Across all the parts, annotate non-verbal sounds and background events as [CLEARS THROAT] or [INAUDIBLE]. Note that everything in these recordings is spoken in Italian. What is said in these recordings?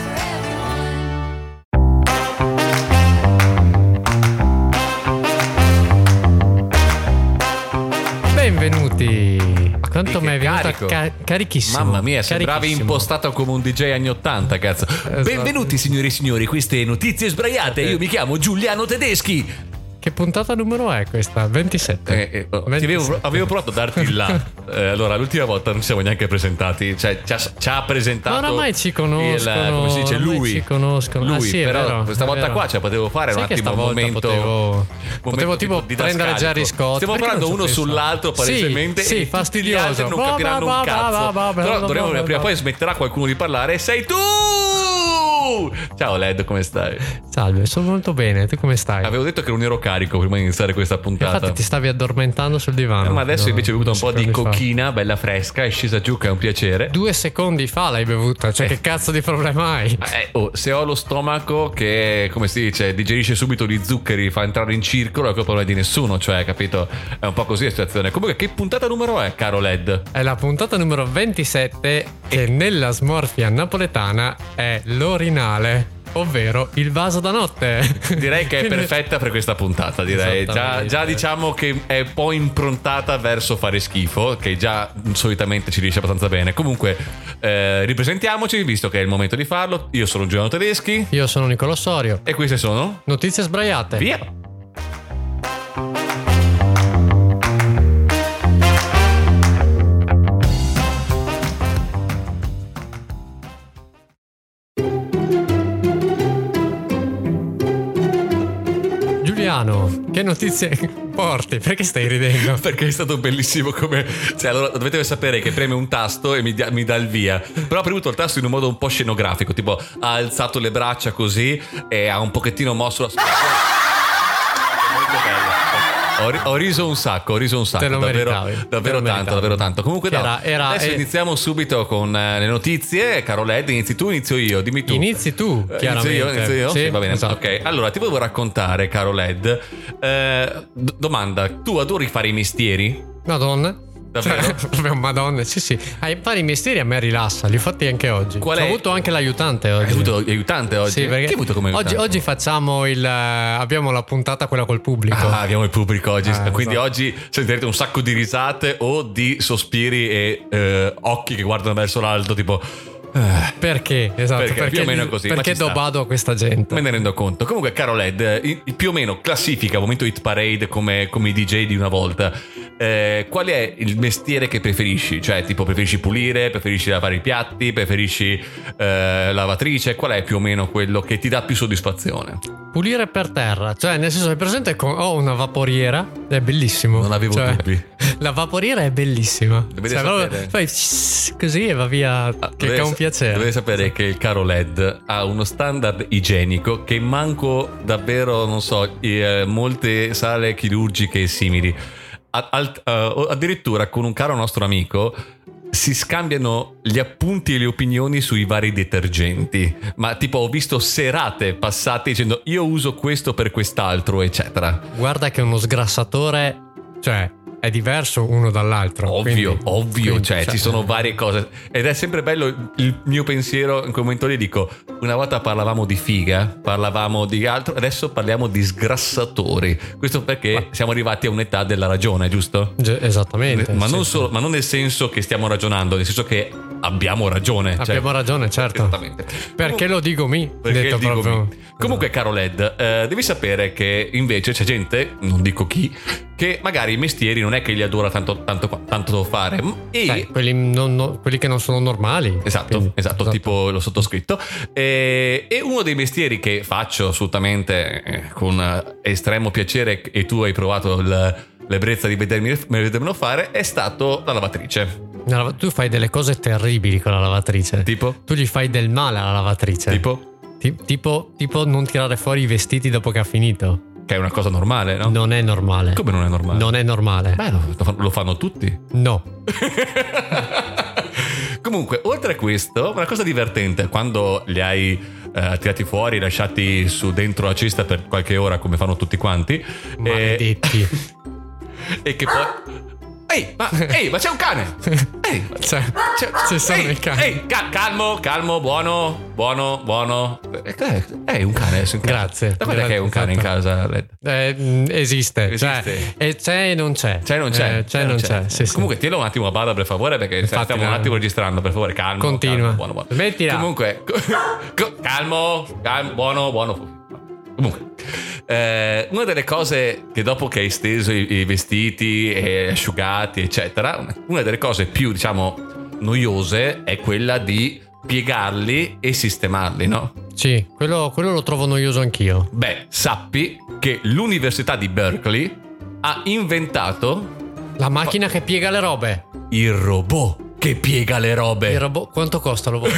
for everyone. Benvenuti. Quanto Che mi è venuta carico. ca- carichissimo. Mamma mia, sembravi carichissimo. impostato come un DJ anni 80, cazzo. Esatto. Benvenuti, signori e signori, queste notizie sbraiate. Eh. Io mi chiamo Giuliano Tedeschi. Che puntata numero è questa? 27. Eh, eh, oh, ti 27. avevo, avevo provato a darti il [LAUGHS] là. Eh, allora, l'ultima volta non ci siamo neanche presentati. Cioè, ci ha, ci ha presentato. Ma oramai ci conoscono, il- come si dice? oramai Lui. ci conoscono. Lui, Ah, sì, è però, vero, questa è volta vero. qua ce la potevo fare Sai un che attimo. Un stavolta momento. potevo- momento potevo tipo didascalico. prendere Jerry Scott. Stiamo Perché non parlando ci ho uno pensato? sull'altro, Sì, palesemente. sì, e tutti gli fastidioso. altri non Bah, capiranno bah, un bah, bah, cazzo. bah, bah, Però bah, dovremmo bah, prima o bah. poi smetterà qualcuno di parlare. Sei tu! Ciao Led, come stai? Salve, sono molto bene. Tu come stai? Avevo detto che non ero carico prima di iniziare questa puntata. Infatti ti stavi addormentando sul divano. Eh, Ma adesso No, invece ho bevuto un po' di secondi fa. cocchina, bella fresca, è scesa giù che è un piacere. Due secondi fa l'hai bevuta. Cioè, Eh. che cazzo di problema [LAUGHS] hai? Eh, oh, se ho lo stomaco che, come si dice, digerisce subito gli zuccheri, fa entrare in circolo, è colpa non è di nessuno, cioè, capito? È un po' così la situazione. Comunque, che puntata numero è, caro Led? È la puntata numero 27 che nella smorfia napoletana è l'orinale, ovvero il vaso da notte. Direi che è Quindi- perfetta per questa puntata, direi. Già, Esattamente. già diciamo che è un po' improntata verso fare schifo, che già solitamente ci riesce abbastanza bene. Comunque, eh, ripresentiamoci, visto che è il momento di farlo. Io sono Giuliano Tedeschi Io sono Nicolò Sorio. e queste sono... Notizie sbraiate. Via! Giuliano, che notizie porti? Perché stai ridendo? Perché è stato bellissimo come... Cioè, allora, dovete sapere che preme un tasto e mi, dia- mi dà il via. Però ha premuto il tasto in un modo un po' scenografico, tipo ha alzato le braccia così e ha un pochettino mosso la espressione. Molto bello. Ho, ri- ho riso un sacco, ho riso un sacco, Te lo davvero, meritavi, te davvero lo tanto, meritavi. davvero tanto. Comunque no, Era- era- adesso eh. iniziamo subito con eh, le notizie. Caro Led, inizi tu, inizio io, dimmi tu. Inizi tu, Eh, chiaramente. Inizio io, inizio io? Sì, Sì, va bene. esatto. Ok, allora ti volevo raccontare, caro Led. eh, d- domanda, tu adori fare i mestieri? Madonna. Davvero? [LAUGHS] Cioè, proprio Madonna, sì, sì. Hai vari mestieri a me rilassa, li ho fatti anche oggi. Qual è- Ho avuto anche l'aiutante oggi. Hai avuto aiutante oggi? Sì, perché Chi hai avuto come oggi, aiutante? oggi facciamo il. eh, abbiamo la puntata quella col pubblico. Ah, abbiamo il pubblico oggi, Ah, quindi esatto. oggi sentirete un sacco di risate o di sospiri e eh, occhi che guardano verso l'alto, tipo "Ah", Perché? Esatto, Perché, perché, più o meno è così, ma Perché ci sta. do bado a questa gente? me ne rendo conto. Comunque, caro Led, i- più o meno classifica, momento hit parade come, come i DJ di una volta. Eh, qual è il mestiere che preferisci? Cioè, tipo, preferisci pulire, preferisci lavare i piatti, preferisci eh, lavatrice? Qual è più o meno quello che ti dà più soddisfazione? Pulire per terra, cioè nel senso, hai presente con- ho una vaporiera, è bellissimo. Non avevo Cioè, dubbi. [LAUGHS] La vaporiera è bellissima. Dovete Cioè, sapere. proprio fai sss, così e va via. Ah, che che è un piacere. Dovete sapere che il caro LED ha uno standard igienico che manco davvero, non so, eh, molte sale chirurgiche e simili. A- al- eh, o- addirittura con un caro nostro amico si scambiano gli appunti e le opinioni sui vari detergenti. Ma tipo ho visto serate passate dicendo io uso questo per quest'altro, eccetera. Guarda che uno sgrassatore, cioè, è diverso uno dall'altro. Ovvio, quindi- ovvio, quindi, cioè, ci sono varie cose. Ed è sempre bello il mio pensiero in quel momento lì. Dico, una volta parlavamo di figa, parlavamo di altro, adesso parliamo di sgrassatori. Questo perché siamo arrivati a un'età della ragione, giusto? Ge- Esattamente. ma, sì, non sì. solo- ma non nel senso che stiamo ragionando, nel senso che abbiamo ragione. cioè- Abbiamo ragione, certo. Esattamente. Perché lo dico mi? Perché detto dico proprio. Esatto. mi. Comunque, caro Led, eh, devi sapere che invece c'è gente, non dico chi, che magari i mestieri non è che gli adora tanto, tanto, tanto fare. E Sai, quelli, non- no- quelli che non sono normali. Esatto, Quindi, esatto, tipo lo sottoscritto. E, e uno dei mestieri che faccio assolutamente eh, con estremo piacere, e tu hai provato il- l'ebbrezza di vedermi, vedermelo fare, è stato la lavatrice. Una lava- Tu fai delle cose terribili con la lavatrice. Tipo? Tu gli fai del male alla lavatrice. Tipo? Ti- tipo, tipo non tirare fuori i vestiti dopo che ha finito. Che è una cosa normale, no? Non è normale. Come non è normale? Non è normale. Beh, lo- lo fa- lo fanno tutti. No. [LAUGHS] Comunque, oltre a questo, una cosa divertente, quando li hai eh, tirati fuori, lasciati su dentro la cesta per qualche ora, come fanno tutti quanti, e, Maledetti. e che poi... Ehi, ma, ehi, ma c'è un cane! [LAUGHS] Ehi, Cioè, [LAUGHS] ci sono ehi, i cani. ehi, ca- calmo, calmo, buono, buono, buono. Eh, cos'è? Ehi, un cane adesso in casa. Grazie, Da quando è che è un cane grazie, in casa, Led? Eh, mm, esiste. Cioè, Esiste. e c'è e non c'è. Cioè, non c'è. Eh, c'è e non c'è. Sì, sì. Comunque, tienilo un attimo a bada, per favore, perché cioè, Infatti, stiamo un no. attimo registrando, per favore, calmo. Continua. calmo, buono, buono. Smettila. Comunque, co- co- calmo, calmo, buono, buono. Comunque, eh, una delle cose che dopo che hai steso i, i vestiti e asciugati, eccetera, una- una delle cose più, diciamo, noiose è quella di piegarli e sistemarli, no? Sì, quello, quello lo trovo noioso anch'io. Beh, sappi che l'università di Berkeley ha inventato La macchina che piega le robe. il robot che piega le robe. Il robot, quanto costa lo [LAUGHS] voglio?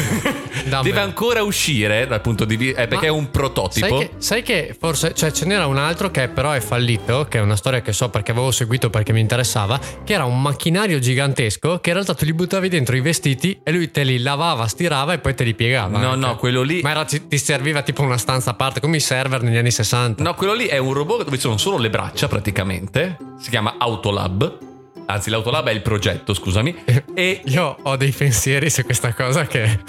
Dammelo. Deve ancora uscire dal punto di vista. eh, perché Ma- è un prototipo. Sai che, sai che forse cioè, ce n'era un altro che però è fallito, che è una storia che so perché avevo seguito perché mi interessava, che era un macchinario gigantesco che in realtà tu gli buttavi dentro i vestiti e lui te li lavava, stirava e poi te li piegava. No, anche. no, quello lì. Ma era- ti ti serviva tipo una stanza a parte, come i server negli anni 60. No, quello lì è un robot dove ci sono solo le braccia, praticamente. Si chiama Autolab. Anzi, l'Autolab è il progetto, scusami. Eh, E Io ho dei pensieri su questa cosa che.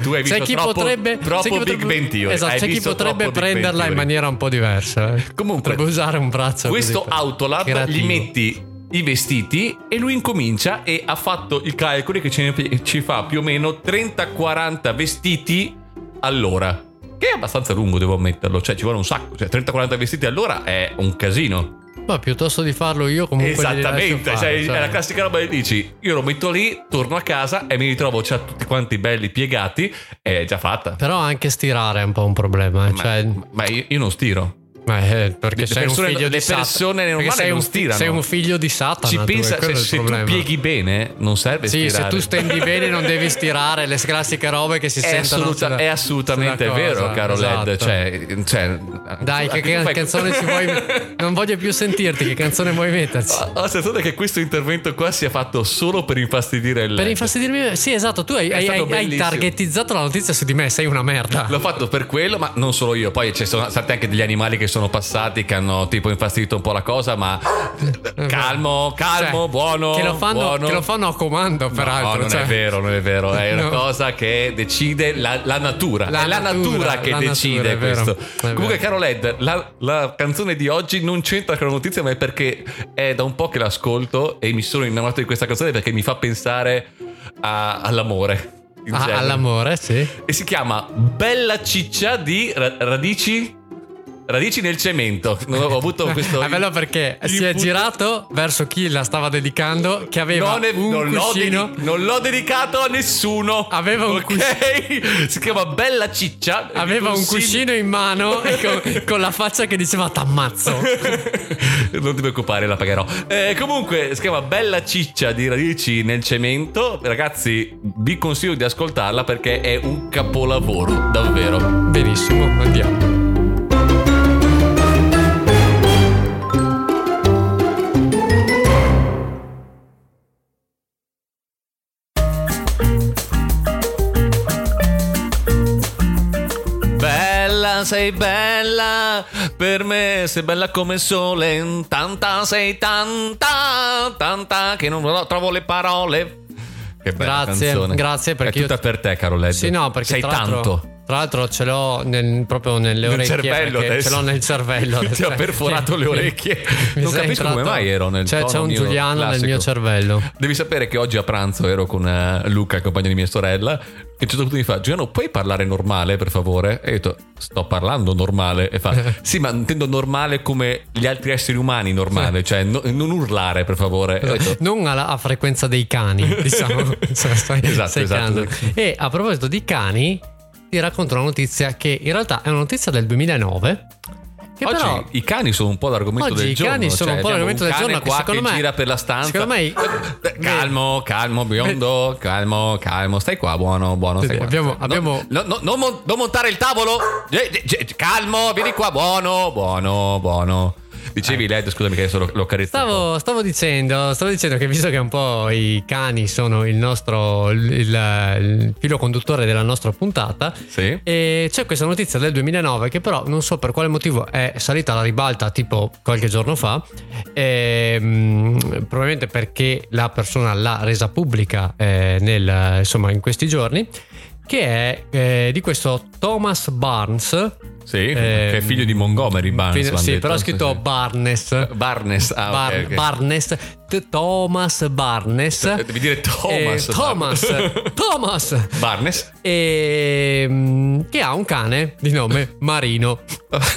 Tu hai visto C'è chi troppo- potrebbe, troppo c'è chi Big potrebbe- Bang Theory. Esatto, Hai c'è chi visto troppo potrebbe Big Bang prenderla Theory. in maniera un po' diversa. eh. Comunque, potrebbe usare un braccio. questo così per- Autolab creativo. gli metti i vestiti e lui incomincia e ha fatto i calcoli che ce ne- ci fa più o meno 30-40 vestiti all'ora. Che è abbastanza lungo, devo ammetterlo. Cioè, ci vuole un sacco. Cioè, 30-40 vestiti all'ora è un casino. Ma piuttosto di farlo io, comunque. li lascio Esattamente, fare, cioè, è la classica roba che dici, io lo metto lì, torno a casa e mi ritrovo c'ha tutti quanti belli piegati e è già fatta. Però anche stirare è un po' un problema. eh, Ma, cioè, ma io, io non stiro. ma, eh, perché le sei persone- un figlio le di Satana. persone Perché normali sei non un, fi- stirano. Sei un figlio di Satana. Ci Ah, tu, pensa è quello se, il se tu problema. pieghi bene non serve Sì, se stirare. tu [LAUGHS] stendi bene non devi stirare le classiche robe che si È, sentono. assoluta- sulla- è assolutamente sulla vero, cosa, caro Led. esatto. Cioè, cioè, Dai, [LAUGHS] che, che fai- canzone ci vuoi. Non voglio più sentirti, che canzone vuoi metterci? [LAUGHS] Ho la sensazione che questo intervento qua sia fatto solo per infastidire il Per Led. infastidirmi, sì, esatto. Tu hai, È hai- hai- stato hai bellissimo. targetizzato la notizia su di me, sei una merda. L'ho fatto per quello, ma non solo io. Poi ci sono stati anche degli animali che sono passati che hanno tipo infastidito un po' la cosa, ma calmo, calmo, Eh, Cioè, buono. Che lo fanno, buono. che lo fanno a comando, No, peraltro. non cioè. è vero, non è vero. [LAUGHS] È No. una cosa che decide la, la natura. La è la natura, natura, che la decide natura, è vero, questo. è vero. Comunque, caro Led, la, la canzone di oggi non c'entra con la notizia, ma è perché è da un po' che l'ascolto e mi sono innamorato di questa canzone perché mi fa pensare a- all'amore. in Ah, genere. all'amore, sì. E si chiama Bella ciccia di ra- radici. Radici nel cemento. Non ho [LAUGHS] avuto questo. è bello perché il si è put- girato verso chi la stava dedicando, che aveva Non, è- un non l'ho cuscino. dedi- non l'ho dedicato a nessuno. Aveva un Ok? [LAUGHS] Si chiama Bella Ciccia. Aveva Vi un consiglio- cuscino in mano e [LAUGHS] con, con la faccia che diceva t'ammazzo. non ti preoccupare, la pagherò. Eh, comunque, si chiama Bella Ciccia di Radici nel cemento. Ragazzi, vi consiglio di ascoltarla perché è un capolavoro, davvero. Benissimo, andiamo. Bella, sei bella, per me sei bella come il sole, tanta sei tanta, tanta che non trovo le parole. Che bella Grazie, canzone. grazie, perché È tutta io- per te, caro Led. Sì, no, perché Eh, sei tra l'altro- tanto. Tra l'altro ce l'ho nel- proprio nelle Nel orecchie. cervello perché adesso. Ce l'ho nel [LAUGHS] cervello. Ti adesso. ha perforato Sì. le orecchie. Mi Non sei Cioè, capisco come mai ero nel C'è, tono c'è un mio Giuliano classico. nel mio cervello. Devi sapere che oggi a pranzo ero con eh, Luca, il compagno di mia sorella, e a un certo punto mi fa: Giuliano, puoi parlare normale, per favore? E io ho detto: Sto parlando normale. [LAUGHS] E fa: Sì, ma intendo normale come gli altri esseri umani, normale, cioè no- non urlare, per favore. E Eh, ho detto, Non alla a frequenza dei [LAUGHS] cani, diciamo. Cioè, stai- Esatto, stai esatto. cani. E a proposito di cani, ti racconto una notizia che in realtà è una notizia del 2009. Che Oggi però- i cani sono un po' l'argomento Oggi del i giorno. cioè, cani sono un po' abbiamo l'argomento del cane giorno, che Qua secondo che me- gira per la stanza. Eh, secondo me- calmo, calmo, biondo, calmo, calmo. Stai qua, buono, buono. Stai qua. Abbiamo- No, abbiamo- no, no, non, mon- non montare il tavolo. Eh, eh, eh, Calmo, vieni qua, buono, buono, buono. Dicevi, Led, scusami che adesso lo, lo carezzo. un po'. Eh. Stavo, stavo dicendo, stavo dicendo che visto che un po' i cani sono il nostro il, il- il filo conduttore della nostra puntata, Sì. e c'è questa notizia del 2009 che però non so per quale motivo è salita alla ribalta tipo qualche giorno fa, ehm, probabilmente perché la persona l'ha resa pubblica eh, nel- insomma, in questi giorni, che è eh, di questo Thomas Barnes. ehm, Sì, che è figlio di Montgomery Barnes. Figlio- l'hanno sì, detto. però ha scritto Sì, sì. Barnes. Barnes. Ah, ok, Bar- ok. Cioè, Barnes, T- Thomas Barnes. Devi dire Thomas. Eh, [LAUGHS] Thomas, Thomas. Barnes. E, mm, che ha un cane di nome [LAUGHS] Marino.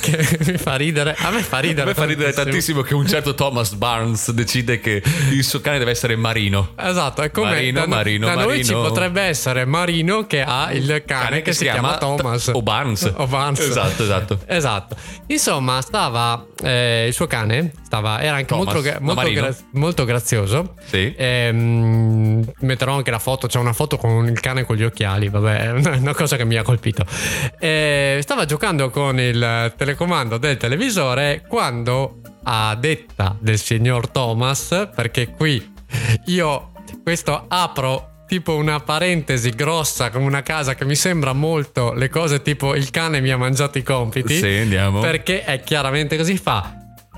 che mi fa ridere. A me fa ridere. A me fa ridere tantissimo che un certo Thomas Barnes decide che il suo cane deve essere marino. Esatto, è come Marino, da, Marino, da noi Marino. ci potrebbe essere Marino che ha il cane, che, si, chiama, Thomas o Barnes. O Barnes. Esatto, esatto. Esatto. Insomma, stava eh, il suo cane, stava- era anche Thomas, molto, gra- no, molto, Marino. gra- molto grazioso. Sì. Ehm, metterò anche la foto, c'è una foto con il cane con gli occhiali, vabbè, è una- una cosa che mi ha colpito. Eh, stava giocando con il telecomando del televisore quando a detta del signor Thomas, perché qui io questo apro tipo una parentesi grossa come una casa che mi sembra molto le cose tipo il cane mi ha mangiato i compiti Sì, andiamo. perché è chiaramente così fa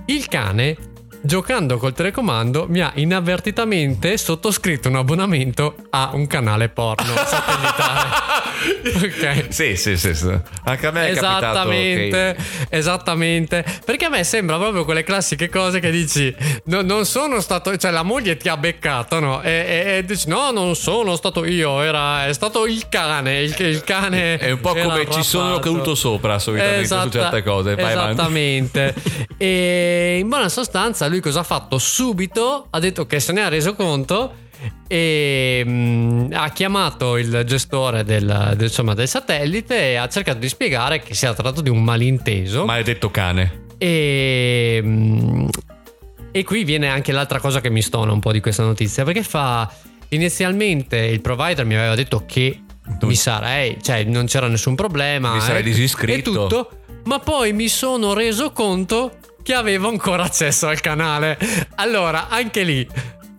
il cane giocando col telecomando mi ha inavvertitamente sottoscritto un abbonamento a un canale [LAUGHS] porno satellitare ok Sì, sì, sì, sì. Anche a me è capitato che- Esattamente, esattamente. Perché a me sembra proprio quelle classiche cose che dici: "No, Non sono stato. Cioè, la moglie ti ha beccato, no? E, e- e dici: No, non sono stato io, era, è stato il cane. Il, il cane. È un po' era come ci sono arrabbiato." caduto sopra, solitamente, su certe cose. Vai avanti. esattamente. e in buona sostanza, lui cosa ha fatto? Subito ha detto che se ne ha reso conto. E mm, ha chiamato il gestore del, del- insomma, del satellite e ha cercato di spiegare che si era trattato di un malinteso. Maledetto cane. E, mm, e qui viene anche l'altra cosa che mi stona un po' di questa notizia, perché fa inizialmente il provider mi aveva detto che Tu- mi sarei, cioè non c'era nessun problema, Mi sarei eh, disiscritto. e tutto, ma poi mi sono reso conto che avevo ancora accesso al canale. Allora, anche lì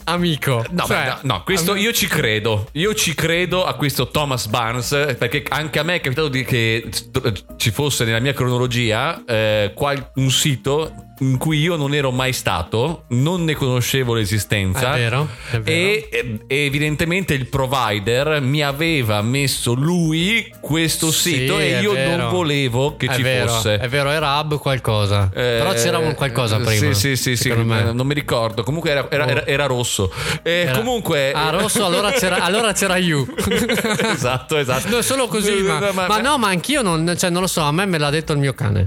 Amico, No, cioè, beh, no, no, questo am- io ci credo. Io ci credo a questo Thomas Barnes, eh, perché anche a me è capitato di che st- ci fosse nella mia cronologia eh, qual- un sito in cui io non ero mai stato, non ne conoscevo l'esistenza. È vero, è vero. E e- evidentemente il provider mi aveva messo lui questo Sì, sito e è io vero. non volevo che È ci vero, fosse. È vero, era hub qualcosa. Eh, Però c'era un qualcosa sì, prima. Sì, sì, sì, secondo me. non mi ricordo. Comunque era, era- era- era rosso. Eh, Era- Comunque... Ah, rosso, allora c'era, allora c'era You. [LAUGHS] esatto, esatto. No, solo così, ma, ma [LAUGHS] no, ma anch'io non, cioè, non lo so, a me me l'ha detto il mio cane.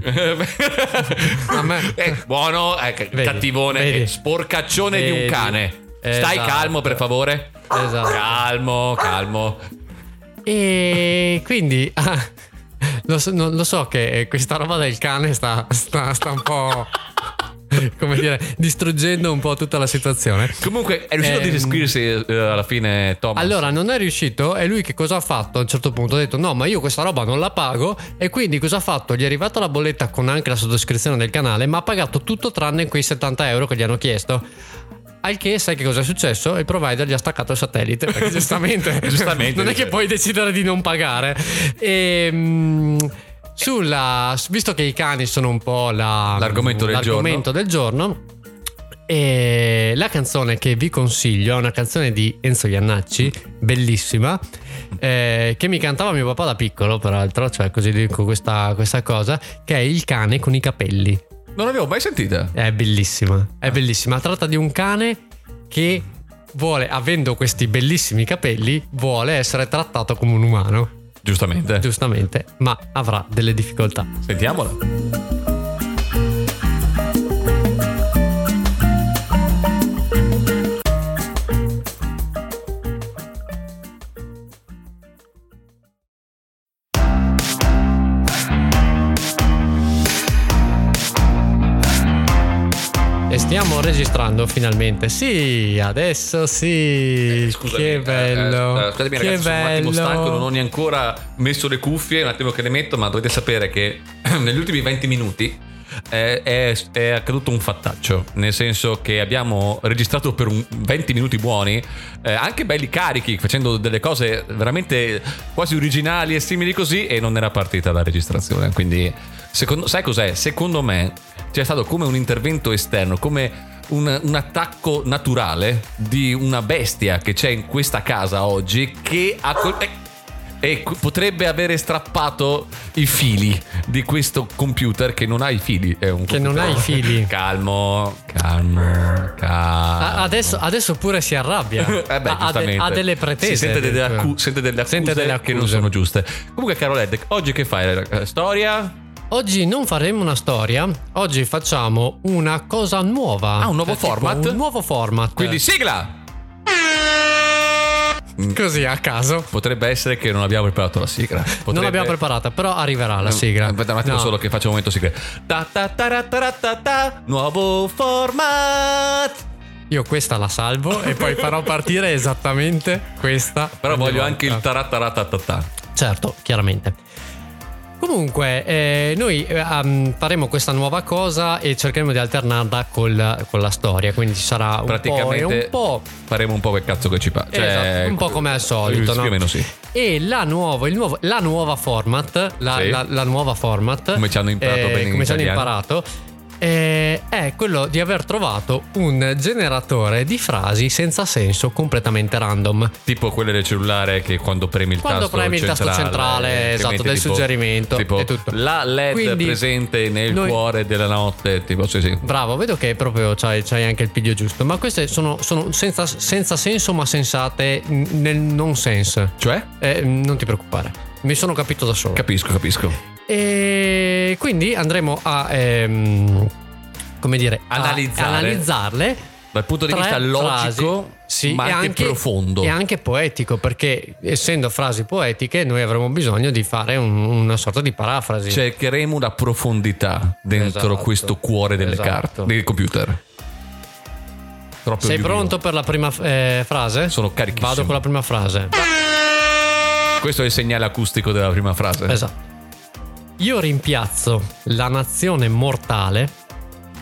A me- Eh, buono, eh, Vedi, cattivone, vedi. eh, sporcaccione di un Vedi. cane. Stai Esatto. calmo, per favore. Esatto. Calmo, calmo. E quindi ah, lo, so, non- lo so che eh, questa roba del cane sta, sta- sta un po'. Come dire, distruggendo un po' tutta la situazione. Comunque, è riuscito a Ehm. descriversi eh, alla fine, Thomas. Allora non è riuscito e lui che cosa ha fatto? A un certo punto ha detto no ma io questa roba non la pago e quindi cosa ha fatto? Gli è arrivata la bolletta con anche la sottoscrizione del canale ma ha pagato tutto tranne quei 70 euro che gli hanno chiesto. Al che sai che cosa è successo? Il provider gli ha staccato il satellite. [LAUGHS] perché giustamente, Giustamente, [LAUGHS] non è che dice. puoi decidere di non pagare. Ehm, sulla, visto che i cani sono un po' la- L'argomento del l'argomento del giorno, e la canzone che vi consiglio è una canzone di Enzo Iannacci, bellissima, eh, che mi cantava mio papà da piccolo, peraltro, cioè così dico questa, questa cosa, che è Il cane con i capelli. non l'avevo mai sentita. È bellissima, è bellissima. Tratta di un cane che vuole, avendo questi bellissimi capelli, vuole essere trattato come un umano, Giustamente. giustamente, ma avrà delle difficoltà. Sentiamola. Stiamo registrando finalmente. Sì, adesso sì. Eh, scusami, che bello. eh, eh, scusami che ragazzi, sono un attimo bello. stanco, non ho neanche ancora messo le cuffie, un attimo che le metto, ma dovete sapere che [CLEARS THROAT] negli ultimi 20 minuti eh, è, è accaduto un fattaccio, nel senso che abbiamo registrato per un 20 minuti buoni, eh, anche belli carichi, facendo delle cose veramente quasi originali e simili così, e non era partita la registrazione. Quindi, secondo- sai cos'è? Secondo me c'è stato come un intervento esterno, come un, un attacco naturale di una bestia che c'è in questa casa oggi che ha col- eh, e cu- potrebbe avere strappato i fili di questo computer che non ha i fili. È un Che non computer- ha i fili. [LAUGHS] Calmo, calmo, calmo. A- Adesso, adesso pure si arrabbia. [LAUGHS] Eh beh, Ha- ha, de- giustamente. ha delle pretese. Si sente, delle addirittura. accu- sente delle accuse Sente delle che non accuse. sono giuste. Comunque, caro Led, oggi che fai? Eh, Storia? Oggi non faremo una storia, oggi facciamo una cosa nuova. Cioè, Ah, un nuovo tipo format? Un nuovo format. Quindi sigla! così a caso. Potrebbe essere che non abbiamo preparato la sigla. Non Potrebbe- Mm, l'abbiamo preparata, però arriverà la sigla. Aspetta un attimo No. solo che faccio un momento sigla. Ta ta ta ra ta ra ta ta, nuovo format. Io questa la salvo e poi farò partire esattamente questa. Però ogni voglio volta. anche il tarataratatata. Certo, chiaramente. Comunque, eh, noi eh, am, faremo questa nuova cosa e cercheremo di alternarla col- con la storia, quindi ci sarà un po' e Praticamente un po'. faremo un po' che cazzo che ci pare. Esatto, un po' come al solito, Cioè, Più no? o meno sì. E la, nuovo- il nuovo- la nuova format, la, Sì. la- la nuova format, eh, Come ci hanno imparato bene in come ci hanno italiano. imparato, eh, è quello di aver trovato un generatore di frasi senza senso completamente random. Tipo quelle del cellulare che quando premi il Quando tasto premi il tasto centrale, centrale, eh, esatto, ti del mette suggerimento tipo e tutto. La LED Quindi presente nel noi- cuore della notte, tipo sì, sì. Bravo, vedo che proprio c'hai, c'hai anche il piglio giusto, ma queste sono, sono senza, senza senso ma sensate n- nel non sense. Cioè? Eh, non ti preoccupare, mi sono capito da solo. Capisco, capisco. E quindi andremo a ehm, come dire a- Analizzare. a analizzarle Dal punto di tre vista logico, frasi. Sì, ma e anche, profondo. e anche poetico perché essendo frasi poetiche noi avremo bisogno di fare un- una sorta di parafrasi Certo, Cercheremo una profondità dentro Esatto. questo cuore delle Esatto. carte, del computer. Troppo sei Yu-Gi-Oh. pronto per la prima eh, frase? Sono carichissimo. vado con la prima frase Questo è il segnale acustico della prima frase. esatto io rimpiazzo la nazione mortale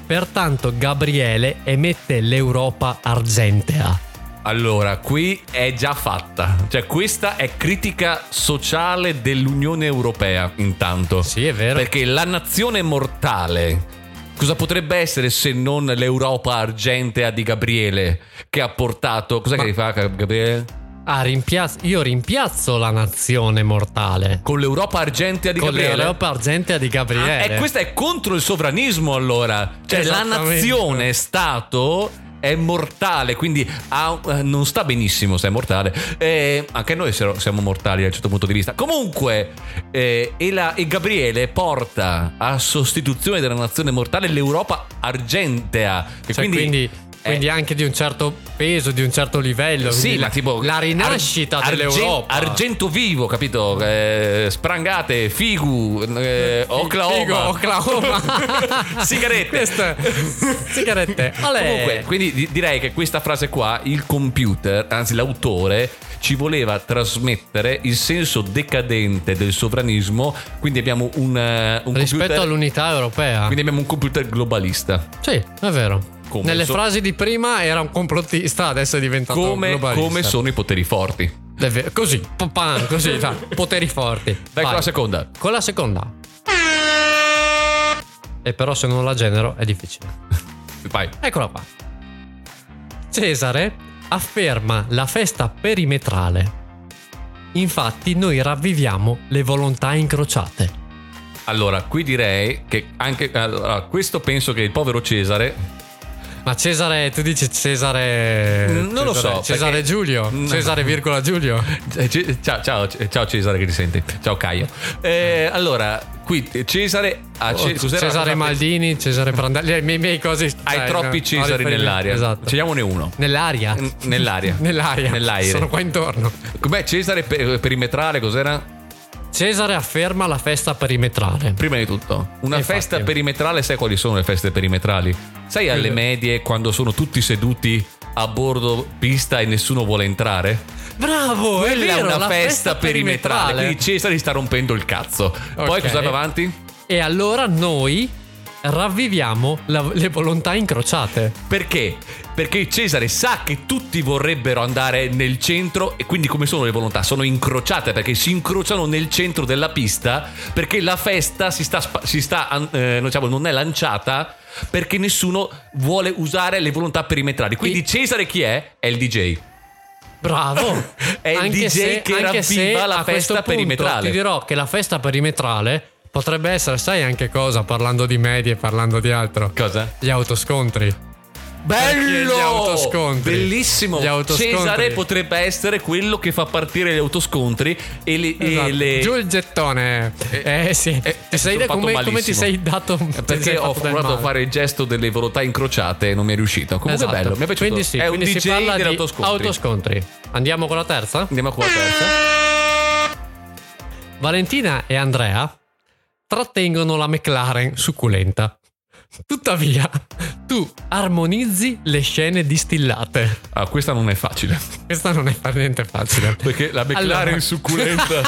pertanto Gabriele emette l'Europa argentea Allora, qui è già fatta. Cioè, questa è critica sociale dell'Unione Europea, intanto. sì è vero Perché la nazione mortale. Cosa potrebbe essere se non l'Europa argentea di Gabriele che ha portato. Cos'è che fa Gabriele? Ah, rimpiazzo- io rimpiazzo la nazione mortale. Con l'Europa argentea di con Gabriele. l'Europa argentea di Gabriele. Ah, e questo è contro il sovranismo allora. Cioè la Esattamente. nazione Stato è mortale, quindi ha- eh, non sta benissimo se è mortale. Eh, anche noi se- siamo mortali da un certo punto di vista. Comunque, eh, e, la- e Gabriele porta a sostituzione della nazione mortale l'Europa argentea. E Cioè, quindi, quindi, eh, anche di un certo peso, di un certo livello. sì, quindi ma la- tipo la rinascita Ar- Argen- dell'Europa. Argento vivo, capito? Eh, sprangate, figu, eh, Oklahoma. Figo, Oklahoma. [LAUGHS] Sigarette. Queste- [LAUGHS] sigarette. Olè. Comunque, quindi di- direi che questa frase qua, il computer, anzi l'autore, ci voleva trasmettere il senso decadente del sovranismo, quindi abbiamo un, eh, un Rispetto computer... all'unità europea. Quindi abbiamo un computer globalista. sì, è vero. Come Nelle so- frasi di prima era un complottista, adesso è diventato Come, globalista. come sono i poteri forti. È vero, Così, pan, così, fa, poteri forti. Dai, Vai. con la seconda. Con la seconda. E però se non la genero è difficile. Vai. Eccola qua. Cesare afferma la festa perimetrale. Infatti noi ravviviamo le volontà incrociate. Allora, qui direi che anche... Allora, questo penso che il povero Cesare... Ma Cesare, tu dici Cesare... Mm, Non lo Cesare- so, Cesare perché- Giulio. No. Cesare virgola Giulio. Eh, Ce- Ciao, ciao, C- ciao Cesare che ti senti. Ciao Caio. Eh, allora, qui Cesare... ah, Ce- cos'era? Cesare Cosa- Maldini, Cesare Brandelli. I miei, i miei cose... Hai cioè, troppi no, Cesari no, nell'aria. Esatto. Scegliamone uno. Nell'aria. N- nell'aria. [LAUGHS] Nell'aria. Nell'aire. Sono qua intorno. Com'è Cesare pe- perimetrale? eh, Cos'era? Cesare afferma la festa perimetrale. Prima di tutto, una Infatti. festa perimetrale, sai quali sono le feste perimetrali? Sai alle Quelle- medie quando sono tutti seduti a bordo pista e nessuno vuole entrare? Bravo, Quella è vero, una la festa, perimetrale. Quindi Cesare gli sta rompendo il cazzo. Poi Ok. cosa va avanti? E allora noi ravviviamo la- le volontà incrociate. Perché? Perché Cesare sa che tutti vorrebbero andare nel centro e quindi come sono le volontà? Sono incrociate perché si incrociano nel centro della pista perché la festa si sta, spa- si sta, an- eh, diciamo, non è lanciata perché nessuno vuole usare le volontà perimetrali. Quindi Cesare chi è? È il DJ. Bravo! [LAUGHS] È il DJ che anche se ravviva la a questo festa punto perimetrale. Ti dirò che la festa perimetrale potrebbe essere, sai anche cosa, parlando di medie, parlando di altro. Cosa? Gli autoscontri. Perché Bello! gli autoscontri. Bellissimo! Gli autoscontri. Cesare potrebbe essere quello che fa partire gli autoscontri e le. e Esatto. le- Giù il gettone. Eh, Eh, sì. eh, ti sei sono da- fatto come, come ti malissimo. Eh, sei [LAUGHS] dato? ti sei Perché fatto ho del provato a male. fare il gesto delle volontà incrociate e non mi è riuscito. Comunque Esatto. bello, mi è piaciuto. Quindi sì, è un quindi DJ si parla degli di autoscontri. autoscontri. Andiamo con la terza? Andiamo qua terza. Valentina e Andrea trattengono la McLaren succulenta. Tuttavia, tu armonizzi le scene distillate. Ah, questa non è facile. [LAUGHS] Questa non è per niente facile. Perché la McLaren Allora- [LAUGHS] succulenta.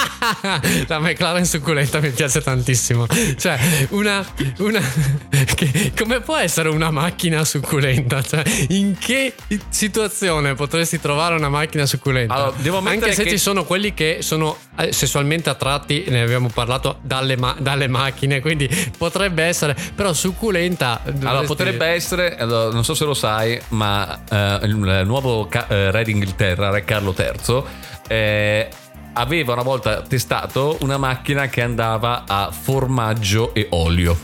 la McLaren succulenta mi piace tantissimo. Cioè, una. una [LAUGHS] che- come può essere una macchina succulenta? Cioè, in che situazione potresti trovare una macchina succulenta? Allora, devo ammettere Anche se che- ci sono quelli che sono eh, sessualmente attratti, ne abbiamo parlato, dalle, ma- dalle macchine, quindi potrebbe essere. Però succulenta. eh, Allora, dovresti- potrebbe essere, allora, non so se lo sai, ma eh, il nuovo ca- eh, re d'Inghilterra, re Carlo III, eh, aveva una volta testato una macchina che andava a formaggio e olio.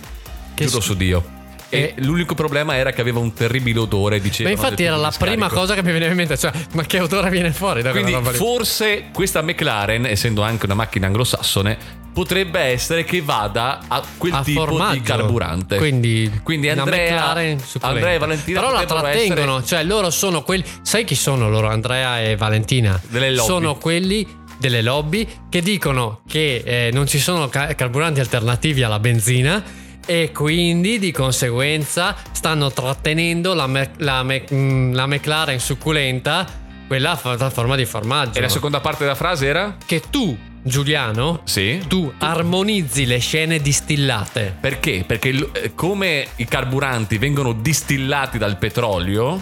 Che Giuro s- su Dio. E l'unico problema era che aveva un terribile odore, diceva. Ma infatti era la prima cosa che mi veniva in mente, cioè, ma che odore viene fuori da quella Quindi roba lì? forse questa McLaren, essendo anche una macchina anglosassone, potrebbe essere che vada a quel a tipo formaggio. di carburante. Quindi, Quindi una Andrea, McLaren succulenta. Andrea e Valentina Però la potrebbero trattengono, cioè loro sono quelli. Sai chi sono loro, Andrea e Valentina? Delle lobby. Sono quelli delle lobby che dicono che eh, non ci sono ca- carburanti alternativi alla benzina. E quindi di conseguenza stanno trattenendo la, Mc- la Mc- mm, la McLaren succulenta, quella fa- a forma di formaggio. E la seconda parte della frase era? Che tu, Giuliano, Sì. tu armonizzi le scene distillate. Perché? Perché il- eh, come i carburanti vengono distillati dal petrolio,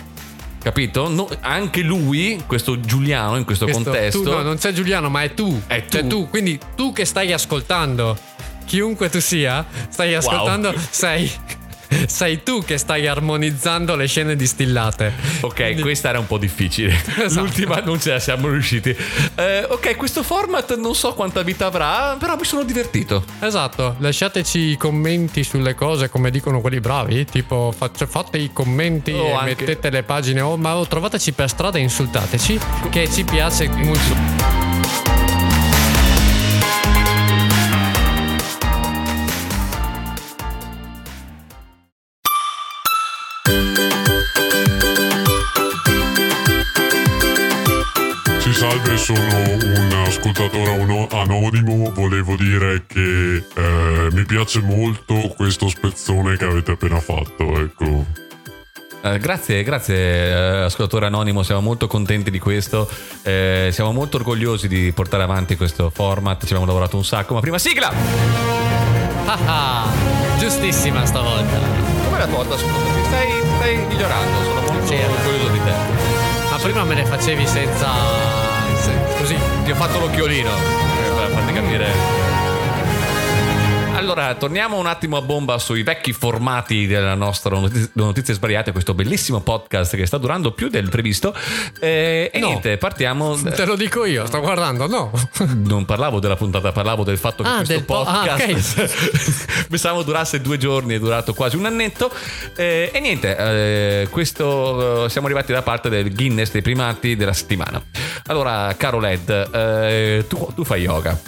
capito? No- anche lui, questo Giuliano in questo, Questo- contesto, tu- no, non c'è Giuliano, ma è tu. È Cioè, tu. Quindi tu che stai ascoltando, chiunque tu sia, stai ascoltando, sei, sei tu che stai armonizzando le scene distillate. Ok, Quindi- questa era un po' difficile. [LAUGHS] Esatto. L'ultima non ce la siamo riusciti. Eh, ok, questo format non so quanta vita avrà, però mi sono divertito. Esatto, lasciateci i commenti sulle cose come dicono quelli bravi, tipo faccio- fate i commenti Oh, e anche- mettete le pagine, oh, ma oh, trovateci per strada e insultateci, che ci piace molto. Sì, salve, sono un ascoltatore ano- anonimo. Volevo dire che eh, mi piace molto questo spezzone che avete appena fatto, ecco. Eh, grazie, grazie eh, ascoltatore anonimo, siamo molto contenti di questo, Eh, siamo molto orgogliosi di portare avanti questo format, ci abbiamo lavorato un sacco, ma prima sigla! Ah, ah, giustissima stavolta. Come la tua ascoltatore? Stai, stai migliorando, sono molto Sì, eh. allora. orgoglioso di te. Ma prima me ne facevi senza. Così, ti ho fatto l'occhiolino eh, per farti capire. Allora, torniamo un attimo a bomba sui vecchi formati della nostra notiz- Notizie Sbagliate, questo bellissimo podcast che sta durando più del previsto. Eh, e No. niente, [LAUGHS] partiamo. Te lo dico io, sto guardando, no. [LAUGHS] Non parlavo della puntata, parlavo del fatto che Ah, questo del po- ah, podcast [LAUGHS] pensavo durasse due giorni, è durato quasi un annetto. Eh, e niente, eh, questo eh, siamo arrivati alla parte del Guinness dei primati della settimana. Allora, caro Led, eh, tu, tu fai yoga.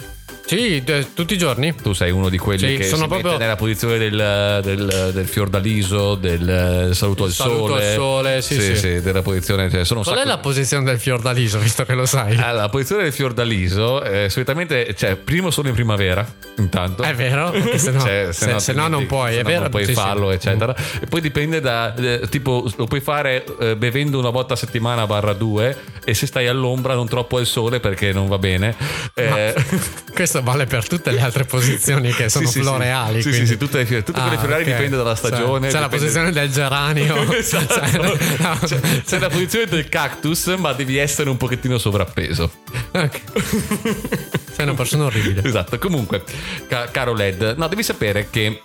Sì, d- tutti i giorni. Tu sei uno di quelli Sì, che sono si proprio- mette nella posizione del, del, del fiordaliso, del eh, saluto al Saluto sole. al sole, sì, sì. della posizione... Cioè, sono un Qual è sacco Eh, la di- posizione del fiordaliso, visto che lo sai? Allora, la posizione del fiordaliso eh, solitamente, cioè, primo solo in primavera, intanto. È [LAUGHS] vero, perché se no- Cioè, se- se no non puoi, se è no vero, Non puoi sì, sì. farlo, eccetera. E poi dipende da, eh, tipo, lo puoi fare eh, bevendo una volta a settimana barra due e se stai all'ombra non troppo al sole perché non va bene. Eh, [LAUGHS] Questo vale per tutte le altre posizioni che sono sì, sì, sì. floreali. Sì, sì, quindi. Ah, sì, tutte le fior- tutte quelle floreali ok. dipende dalla Cioè, stagione, C'è la dipende- posizione del [LAUGHS] geranio. [LAUGHS] Esatto. Cioè, Cioè, c'è la posizione del cactus, ma devi essere un pochettino sovrappeso. [LAUGHS] ok. Sei una persona orribile. [LAUGHS] Esatto. Comunque, ca- caro Led, no, devi sapere che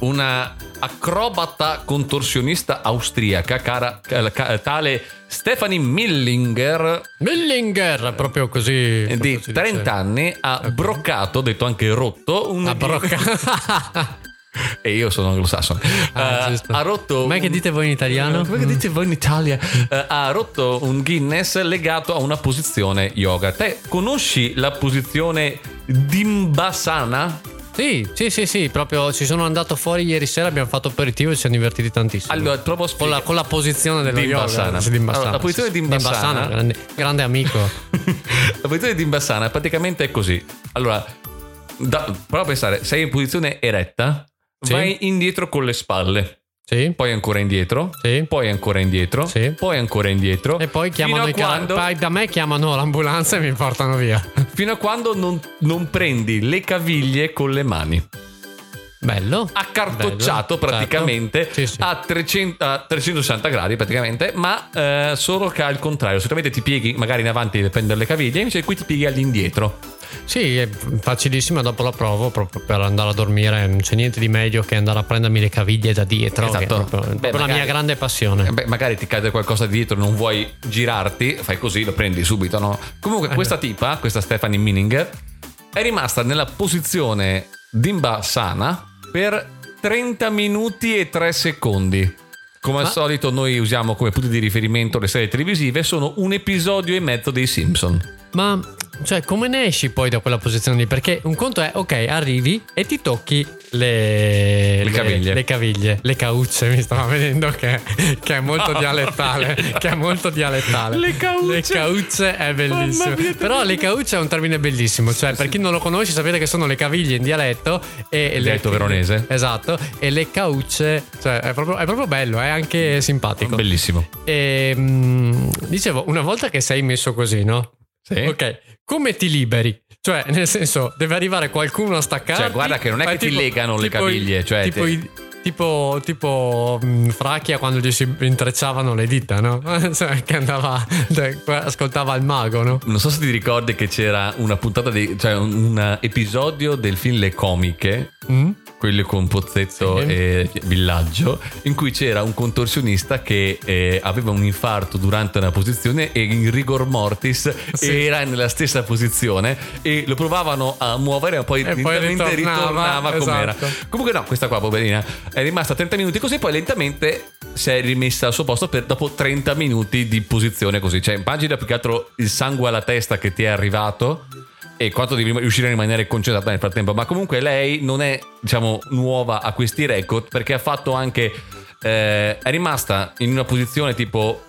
una acrobata contorsionista austriaca, cara- ca- ca- tale Stephanie Millinger, Millinger, proprio così. proprio Eh, di si dice. 30 anni, ha broccato, detto anche rotto, un A brocca. e io sono anglosassone. Ah, Eh, giusto. ha rotto. Com'è che un- dite voi in italiano? Come che dite voi in Italia? Eh, ha rotto un Guinness legato a una posizione yoga. Te conosci la posizione Dimbasana? [LAUGHS] Sì, sì, sì, sì, proprio ci sono andato fuori ieri sera, abbiamo fatto aperitivo e ci siamo divertiti tantissimo. Allora, provo a spiegare. con la, con la posizione dello Dimbassana. yoga, sì, Dimbassana, Allora, la sì, posizione sì. Dimbassana- grande, grande [LAUGHS] amico. la posizione di Imbassana praticamente è così. Allora, da, prova a pensare, sei in posizione eretta, Sì. vai indietro con le spalle, Sì. poi ancora indietro, Sì. poi ancora indietro, Sì. poi ancora indietro. E poi chiamano i fino a car- quando, poi da me chiamano l'ambulanza e mi portano via. fino a quando non, non prendi le caviglie con le mani. Bello. Accartocciato Bello, praticamente Ah. certo. Sì, sì. a, 300 a 360 gradi praticamente, ma eh, solo che al contrario, solitamente ti pieghi magari in avanti per prendere le caviglie, invece qui ti pieghi all'indietro. Sì, è facilissima, dopo la provo proprio per andare a dormire, non c'è niente di meglio che andare a prendermi le caviglie da dietro, Esatto. che è proprio, Beh, proprio la magari- mia grande Eh passione. Beh, magari ti cade qualcosa dietro, non vuoi girarti, fai così, lo prendi subito, no? Comunque, Eh questa tipa, questa Stephanie Mininger, è rimasta nella posizione d'imba sana per 30 minuti e 3 secondi. Come Ma- al solito, noi usiamo come punto di riferimento le serie televisive, sono un episodio e mezzo dei Simpson. Ma cioè, come ne esci poi da quella posizione lì? Perché un conto è, ok, arrivi e ti tocchi le, Le caviglie. le caviglie, le caucce, mi stava vedendo che, che è molto dialettale, che è molto dialettale. Le caucce. Le caucce è bellissimo. Mamma mia, Però le caucce è un termine bellissimo, cioè per chi non lo conosce sapete che sono le caviglie in dialetto e le- Dialetto veronese. Esatto, e le caucce, cioè è proprio, è proprio bello, è anche simpatico. Ecco. Bellissimo. E, mm, dicevo, una volta che sei messo così, no? Sì. Ok, come ti liberi? Cioè, nel senso, deve arrivare qualcuno a staccarti. Cioè, guarda che non è ma che ti legano le i- caviglie, cioè, tipo, te- i- tipo, tipo, mm, Frachia quando gli si intrecciavano le dita, no? [LAUGHS] cioè, che andava, cioè, ascoltava il mago, no? Non so se ti ricordi che c'era una puntata, di, cioè un, un episodio del film Le Comiche Mm? quelli con Pozzetto Sì. e Villaggio, in cui c'era un contorsionista che eh, aveva un infarto durante una posizione e in rigor mortis Sì. era nella stessa posizione e lo provavano a muovere ma poi, E poi lentamente ritornava, ritornava com'era. esatto. Comunque no, questa qua poverina è rimasta 30 minuti così poi lentamente si è rimessa al suo posto per dopo 30 minuti di posizione così. Cioè immagina più che altro il sangue alla testa che ti è arrivato e quanto devi riuscire a rimanere concentrata nel frattempo. Ma comunque lei non è, diciamo, nuova a questi record perché ha fatto anche. eh, è rimasta in una posizione tipo.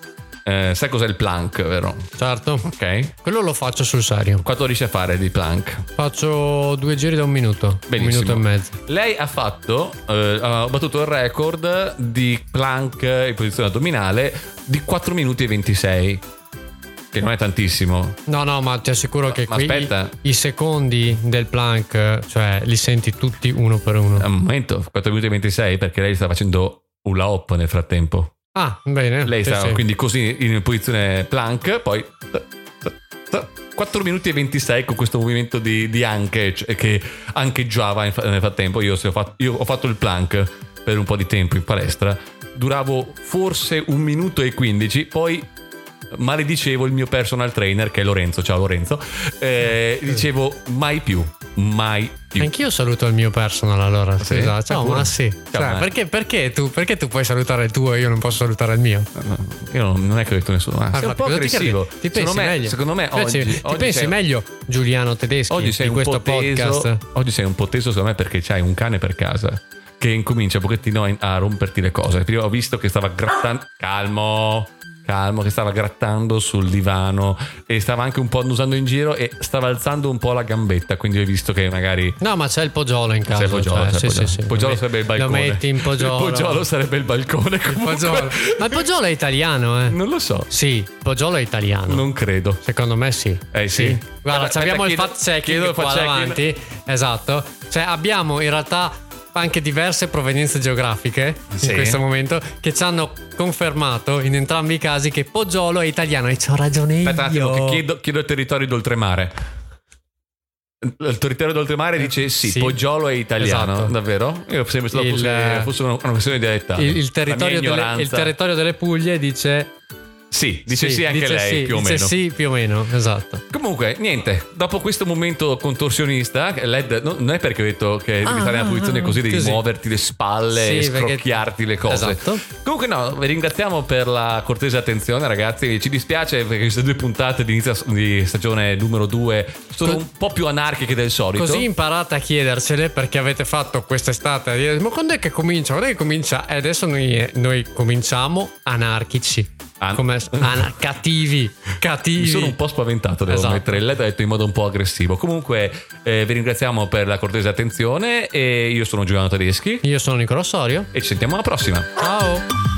eh, sai cos'è il plank, vero? Certo. Ok. Quello lo faccio sul serio. Quanto riesce a fare di plank? Faccio due giri da un minuto. Benissimo. Un minuto e mezzo. Lei ha fatto, eh, ha battuto il record di plank in posizione addominale di 4 minuti e 26, che non è tantissimo. No, no, ma ti assicuro che ma qui aspetta. i, i secondi del plank, cioè, li senti tutti uno per uno. Al momento, 4 minuti e 26 perché lei sta facendo hula hop nel frattempo. Ah, bene. Lei Sì, sta sì. quindi così in posizione plank, poi 4 minuti e 26 con questo movimento di, di anche cioè, che ancheggiava in fa- nel frattempo. Io, se ho fatto, io ho fatto il plank per un po' di tempo in palestra, duravo forse un minuto e 15, poi maledicevo il mio personal trainer che è Lorenzo, ciao Lorenzo, eh, dicevo mai più. mai più. Anch'io saluto il mio personal allora. Sì? scusa. Ah, Ciao, pure. ma sì. Ciao, Cioè, ma- perché, perché tu, perché tu puoi salutare il tuo e io non posso salutare il mio? Io non, non è che ho detto nessuno. Ah, sei un Infatti, po' cosa ti aggressivo. credi? Ti pensi secondo me, meglio? secondo me Ti pensi- oggi, ti oggi pensi sei- meglio Giuliano Tedeschi Oggi sei di un questo po' teso, podcast? Oggi sei un po' teso, secondo me, perché c'hai un cane per casa che incomincia un pochettino a- a romperti le cose. Prima ho visto che stava grattando. Calmo, calmo, che stava grattando sul divano e stava anche un po' annusando in giro e stava alzando un po' la gambetta. Quindi hai visto che magari. No, ma c'è il poggiolo in casa. C'è il cioè, poggiolo, c'è il sì, poggiolo. sì, sì. Il poggiolo Lo sarebbe il met- balcone. Lo metti in poggiolo. [LAUGHS] Il poggiolo sarebbe il balcone. Il comunque. poggiolo. Ma il poggiolo è italiano, eh? Non lo so. Sì, il poggiolo è italiano. Non credo. Secondo me sì. Eh, sì. Guarda, Aspetta, abbiamo il chiedo- fact checking chiedo il qua fact checking. davanti. Esatto. Cioè abbiamo in realtà anche diverse provenienze geografiche Sì. in questo momento che ci hanno confermato in entrambi i casi che Poggiolo è italiano e c'ho ragione io. Aspetta un attimo, che chiedo, chiedo il territorio d'oltremare. Il territorio d'oltremare dice sì, Eh, sì. Poggiolo è italiano, Esatto. davvero? Io ho sempre stato Il- eh, fosse, fosse una, una questione di età. Il, il La territorio mia delle, ignoranza. il territorio delle Puglie dice Sì, dice sì, anche dice lei sì, più o dice meno. sì più o meno, esatto. Comunque, niente, dopo questo momento contorsionista, Led, no- non è perché ho detto che devi stare in una posizione così, devi Ah, così. muoverti le spalle Sì, e perché- scrocchiarti le cose. Esatto. Comunque no, vi ringraziamo per la cortese attenzione ragazzi, ci dispiace perché queste due puntate di inizio di stagione numero 2 sono Co- un po' più anarchiche del solito. Così imparate a chiedercele perché avete fatto quest'estate a dire ma quando è che comincia? Quando è che comincia? E adesso noi, noi cominciamo anarchici. An- come ana- cattivi, cattivi. Mi sono un po' spaventato, devo Esatto. mettere il letto, ha detto in modo un po' aggressivo. Comunque eh, vi ringraziamo per la cortese attenzione e io sono Giuliano Tedeschi Io sono Nicola Sorio. e ci sentiamo alla prossima. Ciao.